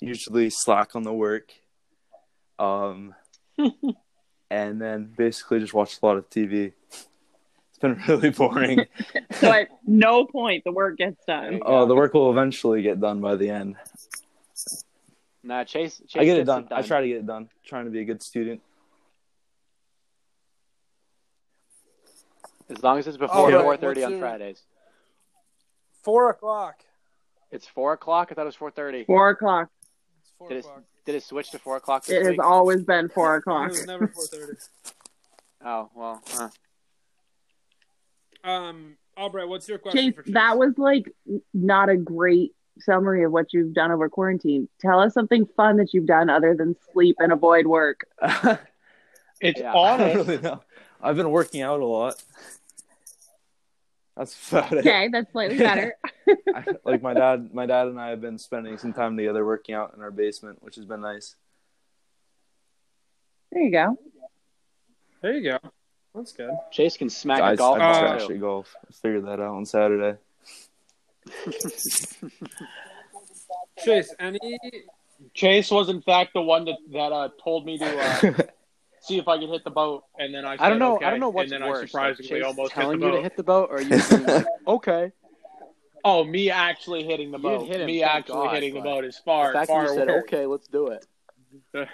Usually slack on the work, um, and then basically just watch a lot of TV. It's been really boring. So at no point the work gets done. Oh, the work will eventually get done by the end. Nah, Chase. Chase I get gets it done. I try to get it done. Trying to be a good student. As long as it's All before right, four thirty what's on your- Fridays. Four o'clock. It's four o'clock. I thought it was four thirty. Four o'clock. It's four Did it, o'clock. did it switch to four o'clock? This It has week? always been four It o'clock. was never four thirty. Oh well. Huh. Um, Albright, what's your question Chase, for Chase? that was like not a great summary of what you've done over quarantine. Tell us something fun that you've done other than sleep and avoid work. I It's Yeah. don't honest. really know. I've been working out a lot. That's about it. Okay, that's slightly better. I, like my dad, my dad and I have been spending some time together working out in our basement, which has been nice. There you go. There you go. That's good. Chase can smack I, a golf I ball trash too. at golf. I figured that out on Saturday. Chase, any Chase was in fact the one that that uh, told me to uh, see if I could hit the boat, and then I. Said, I don't know. Okay. I don't know what's And then I worse. like surprisingly Chase almost hit the telling you boat. to hit the boat, or you uh, being like, okay. Oh, me actually hitting the You didn't boat. hit him, me thank actually God, hitting the but boat is far the fact far that you said worse. okay, let's do it.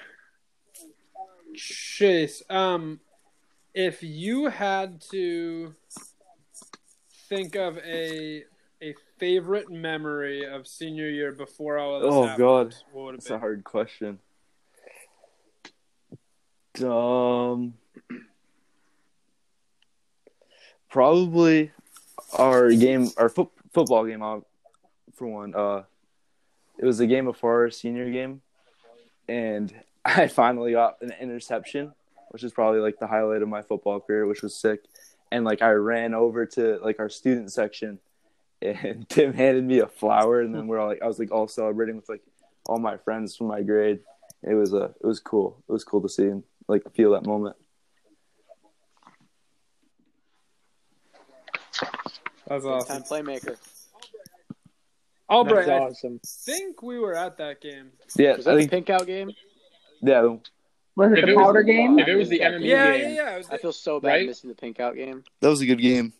Chase? Um, if you had to think of a a favorite memory of senior year before all of this Oh, happened, God. what would it That's be? a hard question. Um, probably our game, our foot, football game. uh, For one, uh, it was the game before our senior game, and I finally got an interception, which is probably like the highlight of my football career, which was sick. And like I ran over to like our student section, and Tim handed me a flower, and then we're all like, I was like all celebrating with like all my friends from my grade. It was uh, it was cool. It was cool to see and like feel that moment. That's Uh, Time playmaker. Albright, That's I awesome. think we were at that game. Yeah, Was I that the think pink out game? yeah, Was it If the it was- powder game? if it was the That MMA E game. Yeah, yeah, game. yeah. I was- I feel so bad Right? missing the pink out game. That was a good game.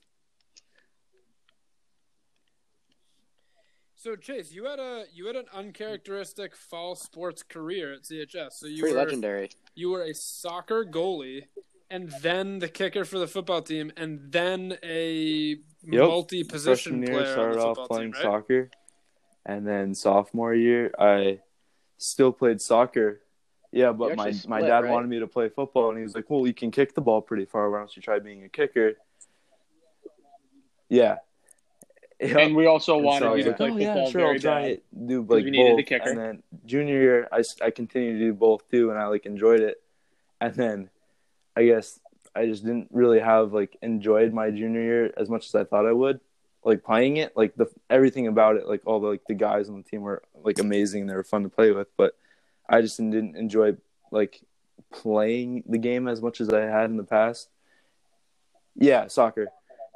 so Chase, you had a you had an uncharacteristic fall sports career at CHS. So you Pretty were legendary. you were a soccer goalie, and then the kicker for the football team, and then a multi position Freshman year, player on started the off football team, playing right? soccer, and then sophomore year, I still played soccer. Yeah, You but my actually my split, dad right? wanted me to play football, and he was like, "Well, you can kick the ball pretty far. Why don't you try being a kicker?" Yeah. Yep. And we also And wanted so I you was to like, play "Oh, yeah, football sure, very I'll try bad. it. Do 'Cause like we needed a both, kicker. and then junior year, I, s- I continued to do both too, and I like enjoyed it. And then, I guess I just didn't really have like enjoyed my junior year as much as I thought I would. Like playing it, like the everything about it, like all the like the guys on the team were like amazing. They were fun to play with, but I just didn't enjoy like playing the game as much as I had in the past. Yeah, soccer.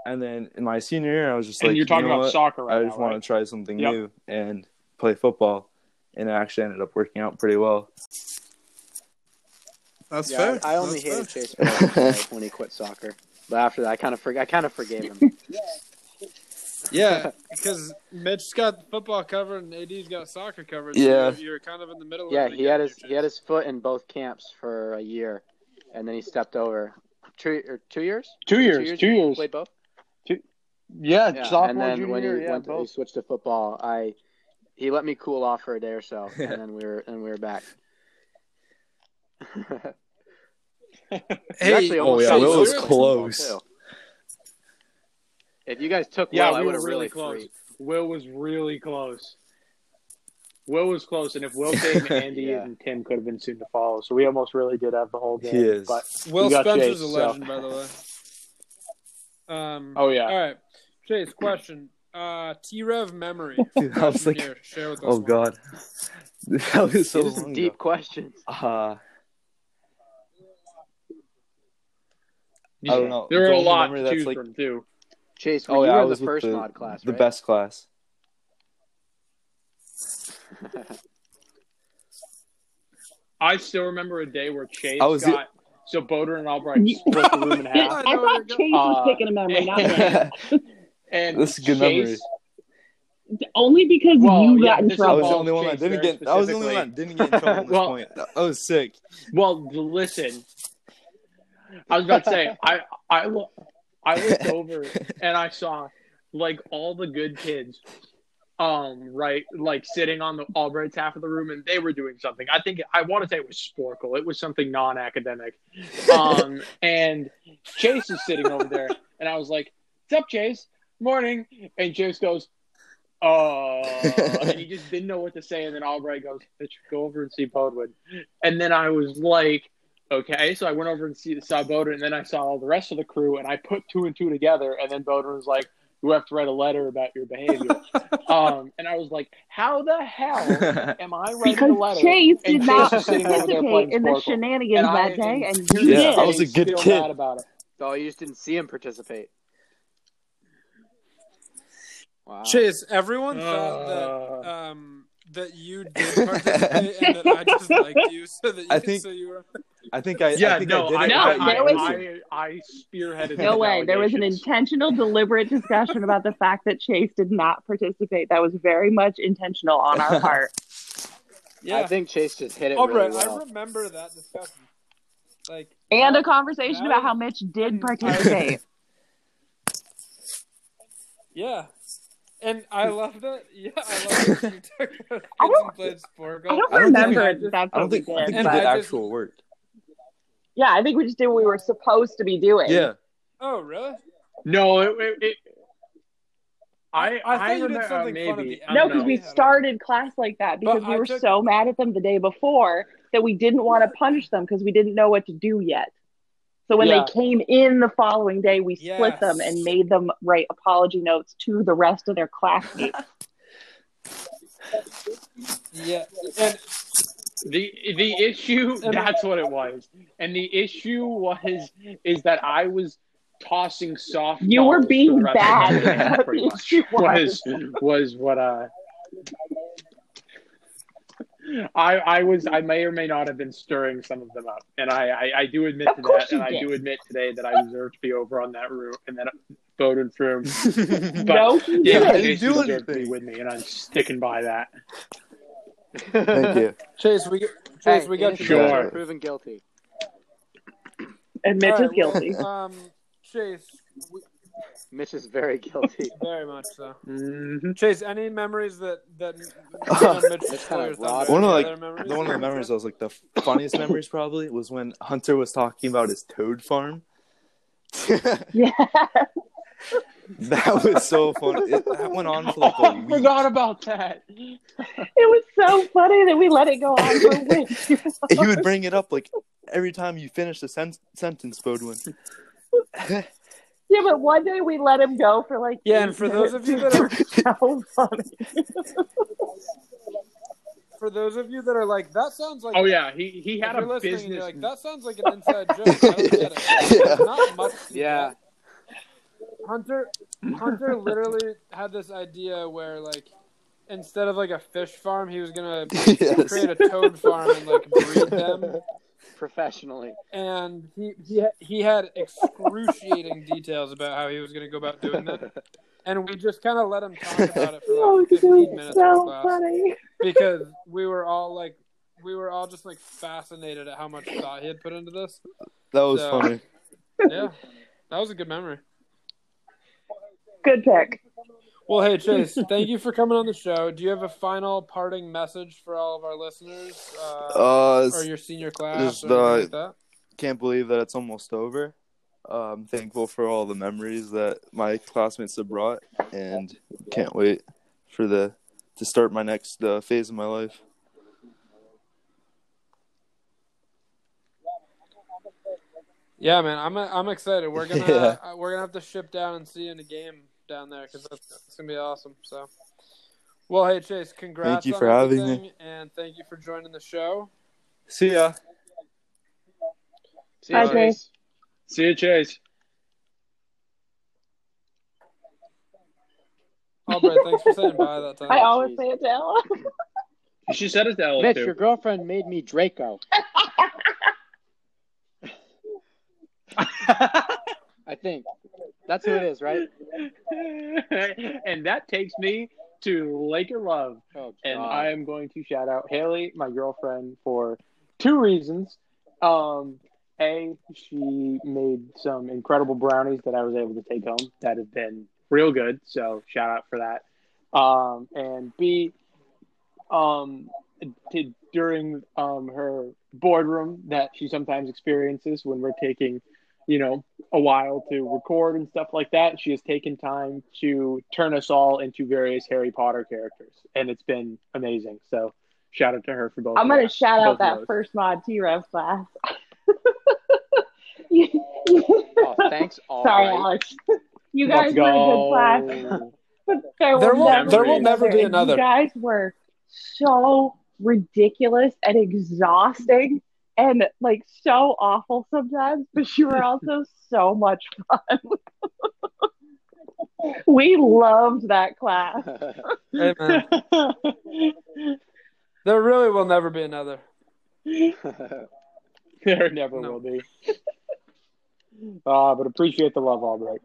And then in my senior year, I was just And like, you're talking you know about what? soccer right I just now, want right? to try something Yep. new and play football, and it actually ended up working out pretty well. That's yeah, I I only That's hated fair. Chase for that guy when he quit soccer. But after that, I kind of forg I kind of forgave him. Yeah, because Mitch's got football covered and AD's got soccer covered. Yeah. so you're, you're kind of in the middle. yeah, of it he again, had his Chase. he had his foot in both camps for a year, and then he stepped over. Two or two years? Two years, two you years. Played both. Yeah, Yeah, sophomore, and then junior when he year, yeah, went, to, he both. switched to football. I he let me cool off for a day or so, and then we were and we were back. You actually Hey, almost oh, yeah, got that Will was to play football, close. too. If you guys took Will, Yeah, I we would were have really really close. freaked. Will was really close. Will was close, and if Will came, Andy Yeah. and Tim could have been soon to follow. So we almost really did have the whole game. He is. oh, But Will We got Spencer's Chase, a so- legend, by the way. Um, oh yeah, All right, Chase. Question: uh, T Rev memory. Dude, I was like, Here, share with us. Oh one. God, that was so this is long deep ago. questions. Uh, You- I don't know. There were The a only lot memory to that's choose like- from too. Chase, were oh you yeah, I in the was with first the, mod class, the right? best class. I still remember a day where Chase I was the- got so Boder and Albright split the room in half, I I know where you're thought go- Chase was Uh, picking a memory, not me. I and This is a good memory. Chase. Only because Well, you yeah, got in this is trouble. was the involves only one that Chase didn't very get. I was the only one that didn't get in trouble. On this Well- point, that, that was sick. Well, listen, I was about to say I I lo- I looked over and I saw like all the good kids, um, right, like sitting on the Albright's half of the room, and they were doing something. I think I want to say it was Sporkle. It was something non-academic. Um, and Chase is sitting over there, and I was like, "What's up, Chase? Morning." And Chase goes, "Uh," and he just didn't know what to say. And then Albright goes, "Let's go over and see Podwood." And then I was like. Okay, so I went over and see, saw Bowden, and then I saw all the rest of the crew, and I put two and two together, and then Bowden was like, "You have to write a letter about your behavior," um, and I was like, "How the hell am I writing a Because letter?" Chase and did not Chase is sitting over there participate playing in the Sparkle. shenanigans And I that day, am and you Yeah, did. I was a getting good still kid. mad about it. oh, you just didn't see him participate. Wow. Chase, everyone thought that Uh, um that you did participate and that I just liked you so that you I think- so you were I think I. I yeah, think no, I I, did it. No, I, without I, there you was- noticing. I, I spearheaded. No those way. There was an allegations. intentional, deliberate discussion about the fact that Chase did not participate. That was very much intentional on our part. yeah. I think Chase just hit it Albright, really well. I remember that discussion. Like And a that- conversation that about how was- Mitch did participate. Yeah. And I loved it. Yeah, I loved it. You took those kids don't- and played Sporgo. I don't I don't think remember I if just- that's I what don't we think. I did. think but- we did I just- actual work. Yeah, I think we just did what we were supposed to be doing. Yeah. Oh, really? No, it. it, it I, I thought you did remember uh, something maybe. fun at the I end. No, don't because know. we started class like that because But we I were took- so mad at them the day before that we didn't want to punish them because we didn't know what to do yet. So when Yeah. they came in the following day, we Yes. split them and made them write apology notes to the rest of their classmates. Yeah. And the the issue And- that's what it was and the issue was is that i was tossing soft You were being bad. Yeah, That's pretty the much issue was. was was what uh I, I was I may or may not have been stirring some of them up, and I I, I do admit Of to course that, and you I did. do admit today that I deserve to be over on that route and that voted for him. But no, he yeah, didn't did. Chase, do you deserve to be anything. with me, and I'm sticking by that. Thank you. Chase, we Chase, Hey, we got innocent Sure. you. until Proven guilty. Admit All right, is well, guilty. um, Chase, we, Mitch is very guilty. very much so. Mhm. Chase, any memories that that that Mitch That's stole kinda your rough. thunder? One of Any like other memories? the one of the memories that was like the funniest memories probably was when Hunter was talking about his toad farm. that Yeah. was so funny. It, that went on for like Oh, a I week. forgot about that. It was so funny that we let it go on for weeks. He would bring it up like every time you finished a sen- sentence, Bodwin. Yeah, but one day we let him go for like. Yeah, eight and for those of you minutes. that so funny. for those of you that are like, that sounds like Oh yeah, he he if had you're a listening and business. you're like, that sounds like an inside joke. I don't get it. Yeah. Not much. to Yeah. that. Hunter Hunter literally had this idea where like instead of like a fish farm, he was gonna yes. create a toad farm and like breed them. professionally. And he he he had excruciating details about how he was gonna go about doing that. And we just kind of let him talk about it for Oh, like it 15 was minutes in so class funny. because we were all like, we were all just like fascinated at how much thought he had put into this. That was So- funny. Yeah, that was a good memory. Good pick. Well, hey Chase, thank you for coming on the show. Do you have a final parting message for all of our listeners, uh, Uh, or it's- your senior class, just, or anything uh, like that? can't believe that it's almost over. Uh, I'm thankful for all the memories that my classmates have brought, and can't wait for the to start my next uh, phase of my life. Yeah, man, I'm I'm excited. We're gonna Yeah. uh, we're gonna have to ship down and see you in a game down there because that's, that's gonna be awesome. So, well, hey Chase, congrats. Thank you on for having me. everything, and thank you for joining the show. See ya. See you, Bye, Jay. Chase. See you, Chase. Albright, thanks for saying bye that time. I always jeez. say it to Ella. She said it to Ella Mitch, too. your girlfriend made me Draco. I think that's who it is, right? and that takes me to Laker Love. Oh, And God. I am going to shout out Haley, my girlfriend, for two reasons. Um, a, she made some incredible brownies that I was able to take home that have been real good. So shout out for that. Um, and B, um, to, during um, her boardroom that she sometimes experiences when we're taking, you know, a while to record and stuff like that. She has taken time to turn us all into various Harry Potter characters, and it's been amazing. So, shout out to her for both. I'm of gonna that. shout Both out of that those. first mod T Rev class. You- you- Oh, thanks. All Sorry, right. Alex. You Let's guys were a good class, go. but there will, There will- never, there be will never be another. You guys were so ridiculous and exhausting, and like so awful sometimes, but you were also so much fun. we loved that class. Hey, man, there really will never be another. there never No. will be. Uh, but appreciate the love, Albright.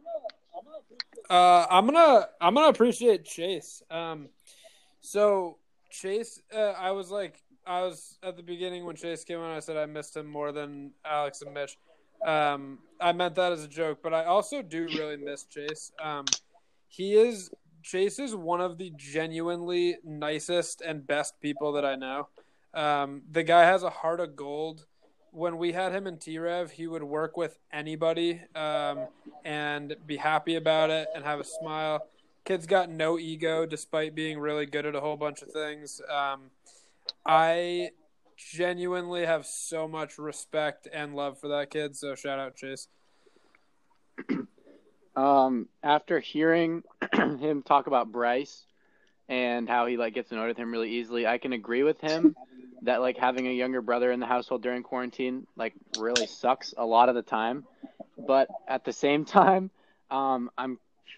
Uh, I'm gonna I'm gonna appreciate Chase. Um, so Chase, uh, I was like I was at the beginning when Chase came on. I said I missed him more than Alex and Mitch. Um, I meant that as a joke, but I also do really miss Chase. Um, he is Chase is one of the genuinely nicest and best people that I know. Um, the guy has a heart of gold. When we had him in T Rev, he would work with anybody. Um, and be happy about it and have a smile. Kid's got no ego despite being really good at a whole bunch of things. Um, I genuinely have so much respect and love for that kid. So shout out Chase. um, after hearing him talk about Bryce and how he like gets annoyed with him really easily, I can agree with him that like having a younger brother in the household during quarantine like really sucks a lot of the time. But at the same time, um, I'm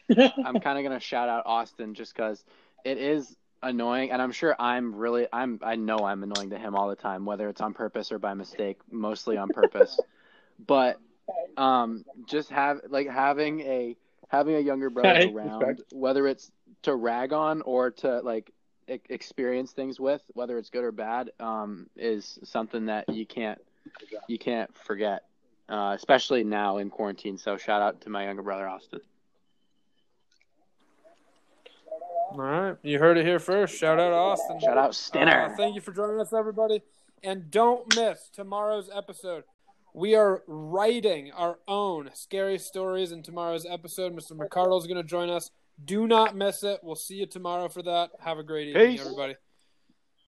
I'm kind of gonna shout out Austin just because it is annoying, and I'm sure I'm really I'm I know I'm annoying to him all the time, whether it's on purpose or by mistake, mostly on purpose. but um, just have like having a having a younger brother Hey, around, respect. whether it's to rag on or to like e- experience things with, whether it's good or bad, um, is something that you can't you can't forget. Uh, especially now in quarantine. So shout out to my younger brother Austin. All right, you heard it here first. Shout out Austin. Shout out Stinner. Uh, thank you for joining us, everybody. And don't miss tomorrow's episode. We are writing our own scary stories in tomorrow's episode. Mr. McCardle's going to join us. Do not miss it. We'll see you tomorrow for that. Have a great evening, Peace. everybody.